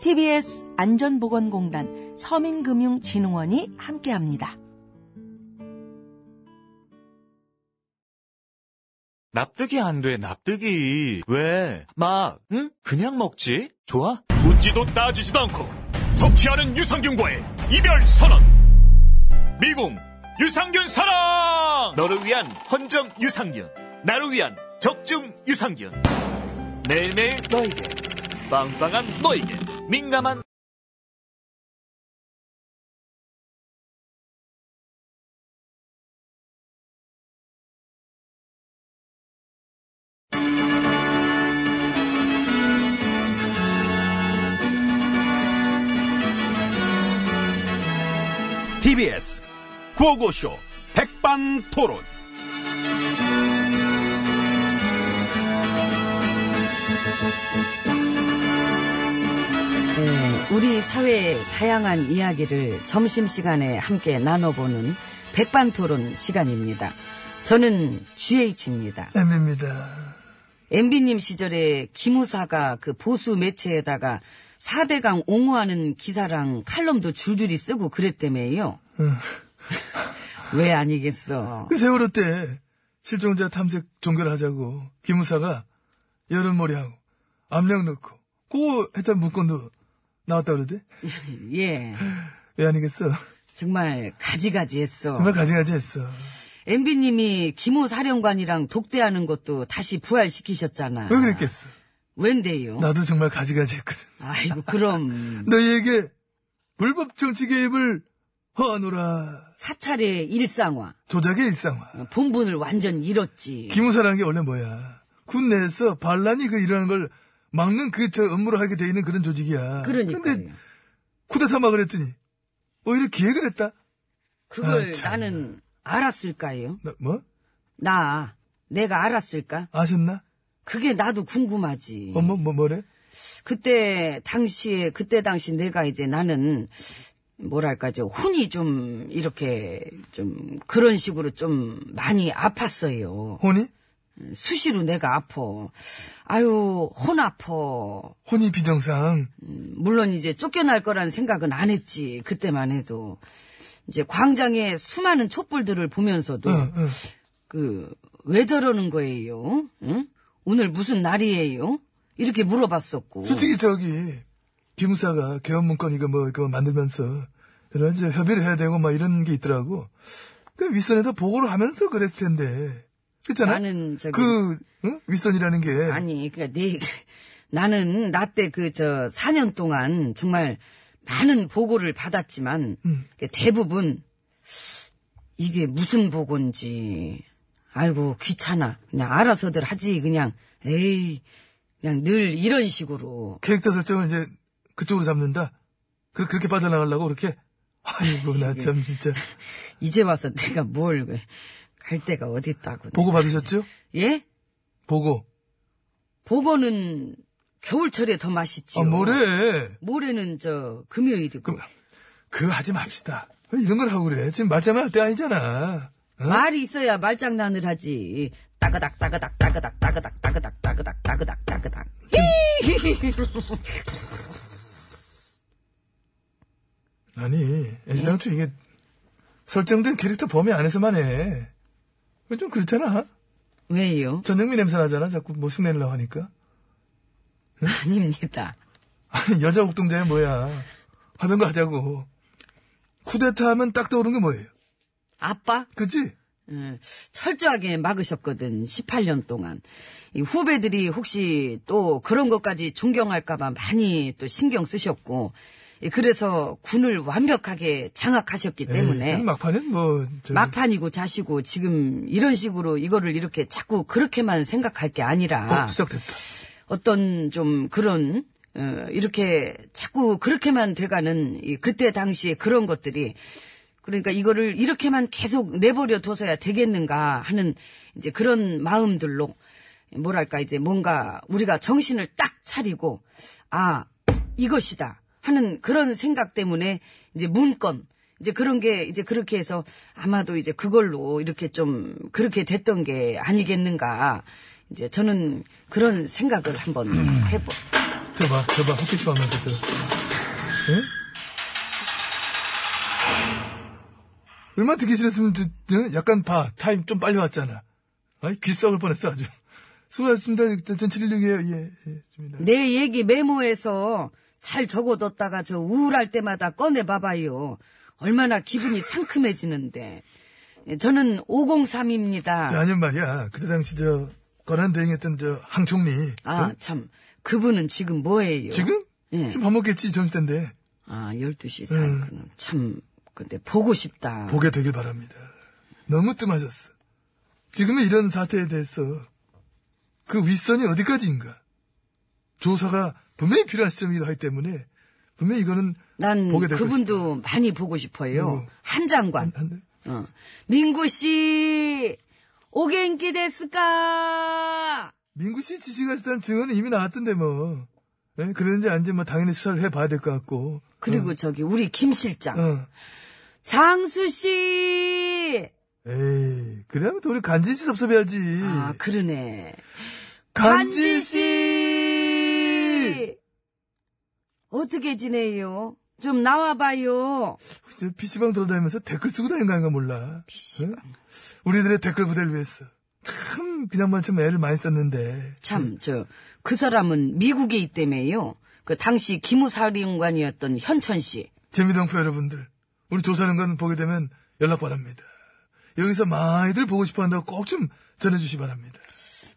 TBS 안전보건공단 서민금융진흥원이 함께합니다. 납득이 안 돼, 납득이. 왜? 막, 응? 그냥 먹지? 좋아? 묻지도 따지지도 않고 섭취하는 유산균과의 이별 선언. 미궁 유산균 사랑! 너를 위한 헌정 유산균. 나를 위한 적중 유산균. 매일매일 너에게. 빵빵한 너에게. 민감한 TBS 구호고쇼 백반토론. 네, 우리 사회의 다양한 이야기를 점심시간에 함께 나눠보는 백반토론 시간입니다. 저는 GH입니다. M입니다. MB님 시절에 김우사가 그 보수 매체에다가 4대강 옹호하는 기사랑 칼럼도 줄줄이 쓰고 그랬다며요. 음. 왜 아니겠어. 그 세월호 때 실종자 탐색 종결 하자고 김무사가 여름머리하고 압력 넣고 그거 했던 문건도 나왔다 그러대? 예. 왜 아니겠어? 정말 가지가지 했어. 정말 가지가지 했어. MB님이 김호 사령관이랑 독대하는 것도 다시 부활시키셨잖아. 왜 그랬겠어? 웬데요? 나도 정말 가지가지 했거든. 아이고, 그럼. 너희에게 불법 정치 개입을 허하노라. 사찰의 일상화. 조작의 일상화. 어, 본분을 완전 잃었지. 기무사라는 게 원래 뭐야? 군 내에서 반란이 그 일어나는 걸 막는 그 저 업무를 하게 돼 있는 그런 조직이야. 근데 그러니까요. 쿠데타 막을 했더니 오히려 기획을 했다. 그걸 아, 참. 나는 알았을까요? 나, 뭐? 나, 내가 알았을까? 아셨나? 그게 나도 궁금하지. 어, 뭐, 뭐, 뭐래? 그때 당시에, 그때 당시 내가 이제 나는, 뭐랄까, 저 혼이 좀, 이렇게, 좀, 그런 식으로 좀 많이 아팠어요. 혼이? 수시로 내가 아파. 아유, 혼 아파. 혼이 비정상. 물론 이제 쫓겨날 거란 생각은 안 했지. 그때만 해도. 이제 광장에 수많은 촛불들을 보면서도, 응, 응. 그, 왜 저러는 거예요? 응? 오늘 무슨 날이에요? 이렇게 물어봤었고. 솔직히 저기, 기무사가 개헌문건 이거 뭐, 그거 만들면서 이런 이제 협의를 해야 되고 막 이런 게 있더라고. 그 윗선에다 보고를 하면서 그랬을 텐데. 그렇잖아? 나는 저기- 그, 응? 윗선이라는 게. 아니, 그니까 내, 나는, 나 때 그, 저, 4년 동안 정말 많은 보고를 받았지만, 음. 그 대부분, 이게 무슨 보고인지, 아이고, 귀찮아. 그냥 알아서들 하지, 그냥, 에이, 그냥 늘 이런 식으로. 캐릭터 설정을 이제 그쪽으로 잡는다? 그, 그렇게 빠져나가려고 그렇게? 아이고, 나 참 진짜. 이제 와서 내가 뭘, 왜- 갈 데가 어딨다고. 보고 받으셨죠? 예? 보고. 보고는 겨울철에 어, 더 맛있지요. 어. 아, 뭐래? 모레는 저, 금요일이고. 그럼- 그거 하지 맙시다. 왜 이런 걸 하고 그래? 지금 말장난 할 때 아니잖아. 어? 말이 있어야 말장난을 하지. 따그닥 따그닥 따그닥 따그닥 따그닥 따그닥 따그닥 따그닥. 아니, 애시당초 이게 설정된 캐릭터 범위 안에서만 해. 이거 좀 그렇잖아. 왜요? 전영미 냄새 나잖아. 자꾸 뭐 흉내내려고 하니까. 아닙니다. 아니, 여자 옥동자야 뭐야. 하던 거 하자고. 쿠데타 하면 딱 떠오르는 게 뭐예요? 아빠 그치? 예, 철저하게 막으셨거든. 18년 동안 이 후배들이 혹시 또 그런 것까지 존경할까봐 많이 또 신경 쓰셨고 예, 그래서 군을 완벽하게 장악하셨기 때문에 에이, 막판에 뭐, 저, 막판이고 자시고 지금 이런 식으로 이거를 이렇게 자꾸 그렇게만 생각할 게 아니라 어, 시작됐다. 어떤 좀 그런 어, 이렇게 자꾸 그렇게만 돼가는 이 그때 당시에 그런 것들이 그러니까 이거를 이렇게만 계속 내버려 둬서야 되겠는가 하는 이제 그런 마음들로 뭐랄까 이제 뭔가 우리가 정신을 딱 차리고 아 이것이다 하는 그런 생각 때문에 이제 문건 이제 그런 게 이제 그렇게 해서 아마도 이제 그걸로 이렇게 좀 그렇게 됐던 게 아니겠는가 이제 저는 그런 생각을 한번 음. 해보. 저봐, 저봐, 헛기침 하면서 저. 응? 얼마나 듣기 싫었으면, 저, 응? 약간 봐. 타임 좀 빨리 왔잖아. 아이, 귀 썩을 뻔했어, 아주. 수고하셨습니다. 전 716이에요. 예, 예, 줍니다. 내 얘기 메모해서 잘 적어뒀다가 저 우울할 때마다 꺼내봐봐요. 얼마나 기분이 상큼해지는데. 예, 저는 503입니다. 저, 아니 말이야. 그때 당시 저, 권한 대행했던 저, 항총리. 아, 참. 그분은 지금 뭐예요? 지금? 예. 좀 밥 먹겠지, 점심때인데. 아, 12시 사이. 는 참. 근데 보고 싶다. 보게 되길 바랍니다. 너무 뜸하셨어. 지금의 이런 사태에 대해서 그 윗선이 어디까지인가 조사가 분명히 필요한 시점이기도 하기 때문에 분명히 이거는 난 보게 될 그분도 많이 보고 싶어요. 누구? 한 장관. 한데 어. 민구 씨, 오겐키 데스까? 민구 씨 지시가시다는 증언은 이미 나왔던데 뭐 예? 그랬는지 안지 뭐 당연히 수사를 해봐야 될 것 같고 그리고 저기 우리 김 실장, 어. 장수 씨. 에이 그래야면 또 우리 간진 씨 섭섭해야지 아 그러네. 간진 씨. 어떻게 지내요? 좀 나와봐요. 저 PC방 돌아다니면서 댓글 쓰고 다니는 거 아닌가 몰라. 응? 우리들의 댓글 부대를 위해서. 참, 그냥만 참 애를 많이 썼는데. 참, 저, 그 사람은 미국에 있다며요. 그 당시 기무사령관이었던 현천 씨. 재미동포 여러분들. 우리 조사하는 건 보게 되면 연락 바랍니다. 여기서 많이들 보고 싶어 한다고 꼭 좀 전해주시 바랍니다.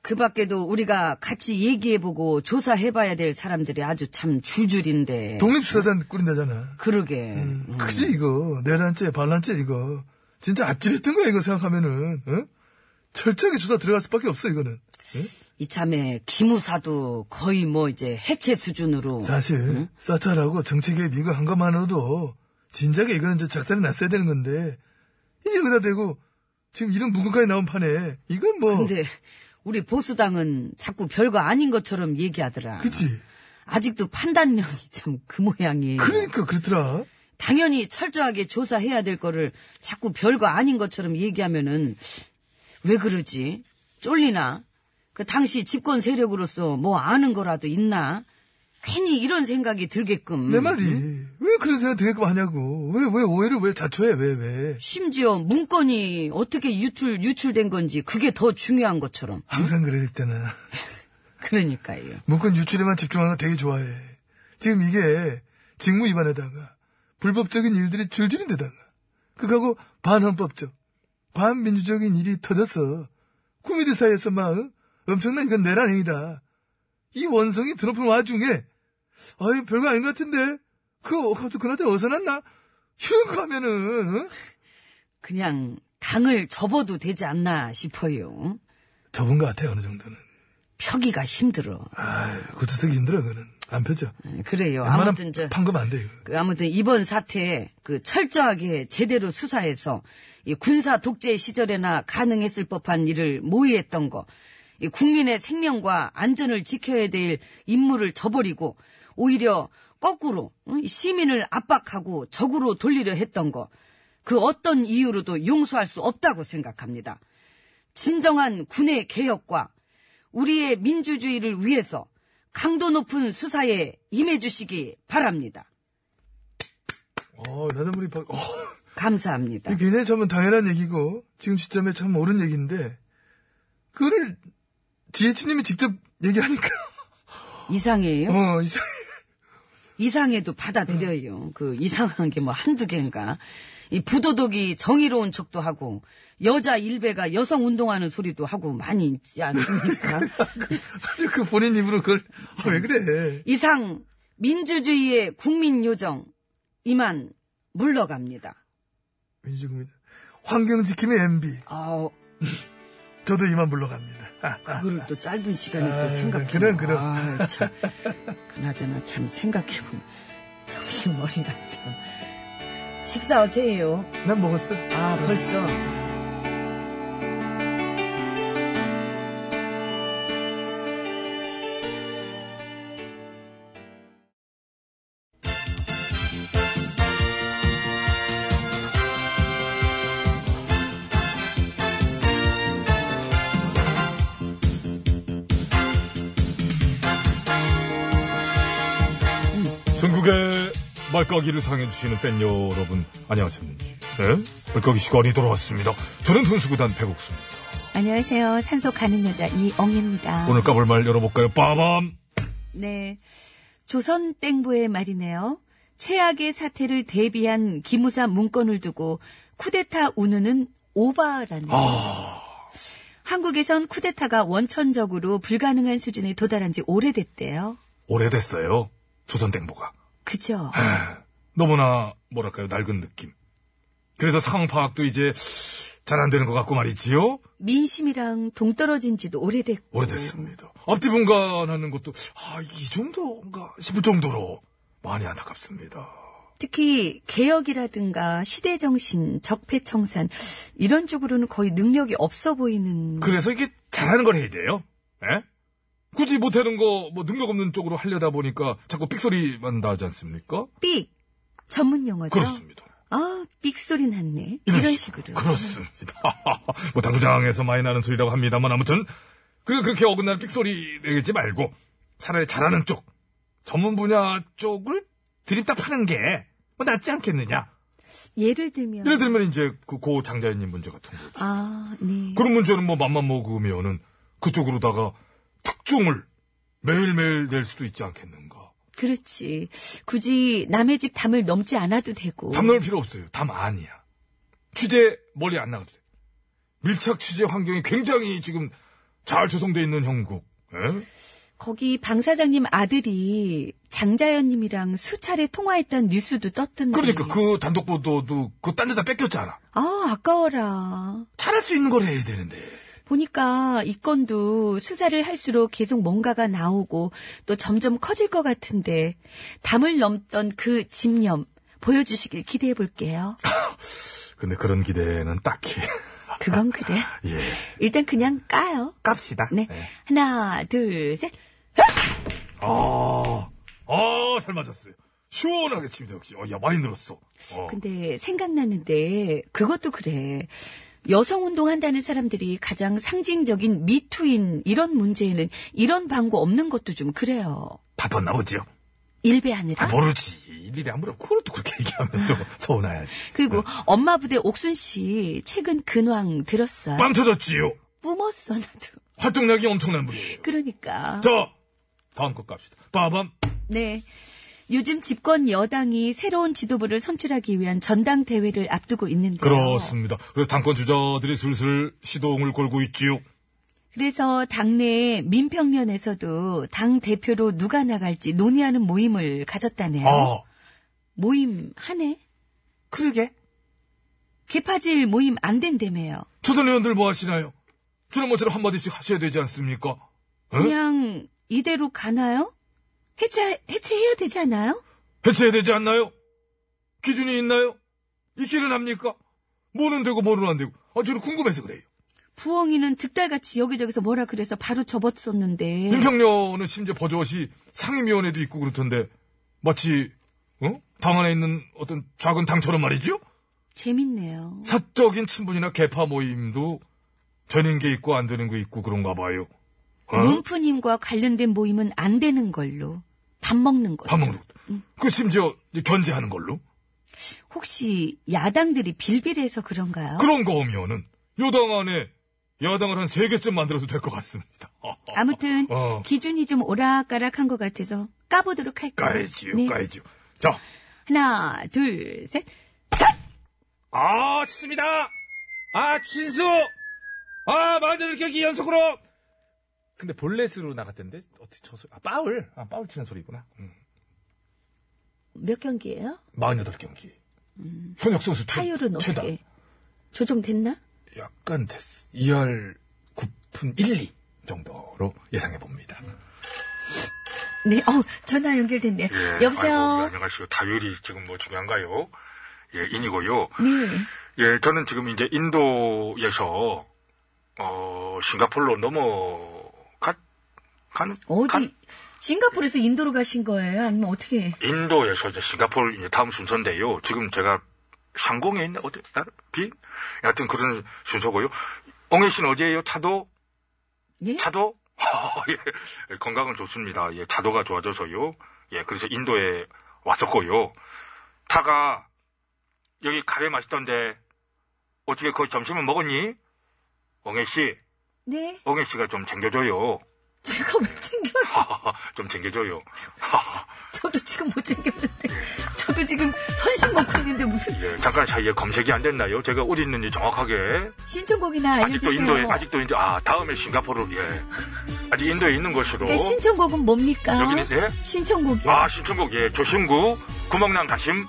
그 밖에도 우리가 같이 얘기해보고 조사해봐야 될 사람들이 아주 참 줄줄인데. 독립수사단 꾸린다잖아. 그러게. 음, 음. 크지, 이거. 내란죄, 반란죄, 이거. 진짜 아찔했던 거야, 이거 생각하면은. 응? 철저하게 조사 들어갈 수밖에 없어, 이거는. 응? 이참에 기무사도 거의 뭐 이제 해체 수준으로. 사실 사찰하고 정치개입 이거 한 것만으로도 진작에 이거는 저 작살이 났어야 되는 건데 이제 여기다 대고 지금 이런 무근까지 나온 판에 이건 뭐 근데 우리 보수당은 자꾸 별거 아닌 것처럼 얘기하더라. 그치 아직도 판단력이 참 그 모양이에요. 그러니까 그렇더라 당연히 철저하게 조사해야 될 거를 자꾸 별거 아닌 것처럼 얘기하면은 왜 그러지? 쫄리나? 그 당시 집권 세력으로서 뭐 아는 거라도 있나? 괜히 이런 생각이 들게끔. 내 말이 왜 그런 생각 되게끔 하냐고 왜 왜 오해를 왜 자초해 왜왜 심지어 문건이 어떻게 유출 유출된 건지 그게 더 중요한 것처럼. 항상 그럴 때는 그러니까요. 문건 유출에만 집중하는 거 되게 좋아해 지금 이게 직무 위반에다가 불법적인 일들이 줄줄인데다가 그거하고 반헌법적 반민주적인 일이 터져서 쿠미들 사이에서 막 어? 엄청난 이건 내란 행위다. 이 원성이 드높은 와중에 아이 별거 아닌 것 같은데 그거 갑자기 그나저나 어디서 났나? 이런 거 하면은 어? 그냥 당을 접어도 되지 않나 싶어요. 접은 것 같아요 어느 정도는. 펴기가 힘들어. 네, 아 고쳐 쓰기 힘들어 그는 안 펴죠. 그래요. 아무튼 웬만하면 저 판거안 돼요. 그 아무튼 이번 사태에 그 철저하게 제대로 수사해서 이 군사 독재 시절에나 가능했을 법한 일을 모의했던 거, 이 국민의 생명과 안전을 지켜야 될 임무를 저버리고 오히려 거꾸로 응? 시민을 압박하고 적으로 돌리려 했던 거, 그 어떤 이유로도 용서할 수 없다고 생각합니다. 진정한 군의 개혁과 우리의 민주주의를 위해서 강도 높은 수사에 임해주시기 바랍니다. 어, 나다무리 박, 어, 감사합니다. 이게 굉장히 참 당연한 얘기고, 지금 시점에 참 옳은 얘기인데, 그거를, DH님이 직접 얘기하니까, 뭐 이상해요? 어, 이상해. 이상해도 음. 받아들여요. 그 이상한 게 뭐 한두 개인가. 이 부도덕이 정의로운 척도 하고, 여자 일베가 여성 운동하는 소리도 하고 많이 있지 않습니까? 아주 그 본인 입으로 그걸, 아, 왜 그래. 이상 민주주의의 국민 요정 이만 물러갑니다. 민주국민. 환경 지킴이 MB. 아우 저도 이만 물러갑니다. 아, 그거를 또 짧은 시간에 아, 또 생각해. 그럼, 그럼. 아, 참. 그나저나 참 생각해 보면 정신 머리가 참. 식사하세요. 난 먹었어. 아 벌써. 전국의 네, 말까기를 사랑해주시는 팬 여러분, 안녕하십니까. 네? 말까기 시간이 돌아왔습니다. 저는 훈수구단 배국수입니다. 안녕하세요. 산소 가는 여자 이엉입니다. 오늘 까볼 말 열어볼까요? 빠밤! 네. 조선 땡보의 말이네요. 최악의 사태를 대비한 기무사 문건을 두고 쿠데타 운운은 오바라는 아. 한국에선 쿠데타가 원천적으로 불가능한 수준에 도달한 지 오래됐대요. 오래됐어요. 조선땡보가. 그죠? 아. 너무나, 뭐랄까요, 낡은 느낌. 그래서 상황 파악도 이제 잘 안 되는 것 같고 말이지요? 민심이랑 동떨어진 지도 오래됐고 오래됐습니다. 앞뒤 분간하는 것도, 아, 이 정도인가 싶을 정도로 많이 안타깝습니다. 특히 개혁이라든가 시대정신, 적폐청산 이런 쪽으로는 거의 능력이 없어 보이는 그래서 이게 잘하는 걸 해야 돼요. 예? 굳이 못하는 거, 뭐, 능력 없는 쪽으로 하려다 보니까 자꾸 삑소리만 나지 않습니까? 삑 전문 용어죠. 그렇습니다. 아, 삑소리 났네. 이런 이런, 식으로. 식으로. 그렇습니다. 뭐, 당구장에서 많이 나는 소리라고 합니다만, 아무튼, 그, 그렇게 어긋날 삑소리 내지 말고, 차라리 잘하는 쪽, 전문 분야 쪽을 드립다 파는 게, 뭐, 낫지 않겠느냐. 예를 들면 예를 들면, 이제, 그, 고 장자연님 문제 같은 거. 아, 네. 그런 문제는 뭐 맘만 먹으면은 그쪽으로다가 특종을 매일매일 낼 수도 있지 않겠는가. 그렇지. 굳이 남의 집 담을 넘지 않아도 되고. 담 넣을 필요 없어요. 담 아니야. 취재 멀리 안 나가도 돼. 밀착 취재 환경이 굉장히 지금 잘 조성돼 있는 형국. 예? 거기 방 사장님 아들이 장자연 님이랑 수차례 통화했던 뉴스도 떴던데. 그러니까 그 단독 보도도 그 딴 데다 뺏겼잖아. 아, 아까워라. 잘할 수 있는 걸 해야 되는데. 보니까 이 건도 수사를 할수록 계속 뭔가가 나오고 또 점점 커질 것 같은데 담을 넘던 그 집념 보여주시길 기대해 볼게요. 근데 그런 기대는 딱히. 그건 그래. 예. 일단 그냥 까요. 깝시다. 네. 하나, 둘, 셋. 아, 아, 잘 맞았어요. 시원하게 칩니다, 역시. 어, 야, 많이 늘었어. 어. 근데 생각나는데 그것도 그래. 여성 운동한다는 사람들이 가장 상징적인 미투인 이런 문제에는 이런 방구 없는 것도 좀 그래요. 바빴나 보지요. 일배하느라. 아, 모르지. 일일이 아무래도 그걸 또 그렇게 얘기하면 또 서운해야지. 그리고 엄마 부대 옥순 씨 최근 근황 들었어요. 빵 터졌지요. 뿜었어 나도. 활동량이 엄청난 분이에요. 그러니까. 자, 다음 것 갑시다. 빠밤. 네. 요즘 집권 여당이 새로운 지도부를 선출하기 위한 전당 대회를 앞두고 있는데요. 그렇습니다. 그래서 당권 주자들이 슬슬 시동을 걸고 있지요. 그래서 당내 민평련에서도 당 대표로 누가 나갈지 논의하는 모임을 가졌다네요. 아, 모임 하네. 그러게. 개파질 모임 안 된다며요. 초선 의원들 뭐 하시나요? 지난번처럼 한마디씩 하셔야 되지 않습니까? 응? 그냥 이대로 가나요? 해체 해체해야 되지 않아요? 해체해야 되지 않나요? 기준이 있나요? 있기는 합니까? 뭐는 되고 뭐는 안 되고. 아, 저는 궁금해서 그래요. 부엉이는 득달같이 여기저기서 뭐라 그래서 바로 접었었는데. 윤평년은 심지어 버젓이 상임위원회도 있고 그렇던데 마치 어? 당 안에 있는 어떤 작은 당처럼 말이죠? 재밌네요. 사적인 친분이나 개파 모임도 되는 게 있고 안 되는 게 있고 그런가 봐요. 어? 문프님과 관련된 모임은 안 되는 걸로. 밥 먹는 걸로. 밥 먹는 것도. 음. 그 심지어 이제 견제하는 걸로. 혹시 야당들이 빌빌해서 그런가요? 그런 거면은 요당 안에 야당을 한 세 개쯤 만들어도 될 것 같습니다. 아무튼 어. 기준이 좀 오락가락한 것 같아서 까보도록 할까요? 까이지요, 네. 까이지요. 자, 하나, 둘, 셋. 아, 좋습니다. 아, 진수. 아, 만들 경기 연속으로. 근데 볼넷으로 나갔던데 어떻게 저 소리? 아, 파울. 아, 파울 치는 소리구나. 음. 몇 경기예요? 48경기. 현역 선수 최, 타율은 최다. 음. 어떻게? 조정됐나? 약간 됐어. 2할 9푼 1, 2 정도로 예상해 봅니다. 네, 어, 전화 예, 연결됐네요. 여보세요? 안녕하세요. 다율이 지금 뭐 중요한가요? 예, 인이고요. 네. 예, 저는 지금 이제 인도에서 어 싱가폴로 넘어갔 간 어디, 간- 싱가포르에서 인도로 가신 거예요? 아니면 어떻게? 인도에서 이제 싱가폴 이제 다음 순서인데요. 지금 제가 상공에 있는 어디 나라? 비 하여튼 그런 순서고요. 엉혜 씨는 어디에요? 차도 예? 차도 예, 건강은 좋습니다. 예, 차도가 좋아져서요. 예, 그래서 인도에 왔었고요. 차가 여기 가게 맛있던데 어떻게 거의 점심은 먹었니? 엉혜 씨, 네? 엉혜 씨가 좀 챙겨줘요. 제가 왜 챙겨요? 좀 챙겨줘요. 저도 지금 못 챙겼는데. 저도 지금 선심 먹고 있는데 무슨 예, 잠깐 사이에 검색이 안 됐나요? 제가 어디 있는지 정확하게 신청곡이나 아직도 알려주세요. 인도에 아직도 인도 아 다음에 싱가포르 예 아직 인도에 있는 것으로 네, 신청곡은 뭡니까? 여기는 네? 신청곡이요. 아 신청곡 예 조신구 구멍난 가심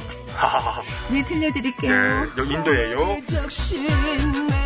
아, 네, 들려드릴게요. 예 여기 인도예요. 적신 내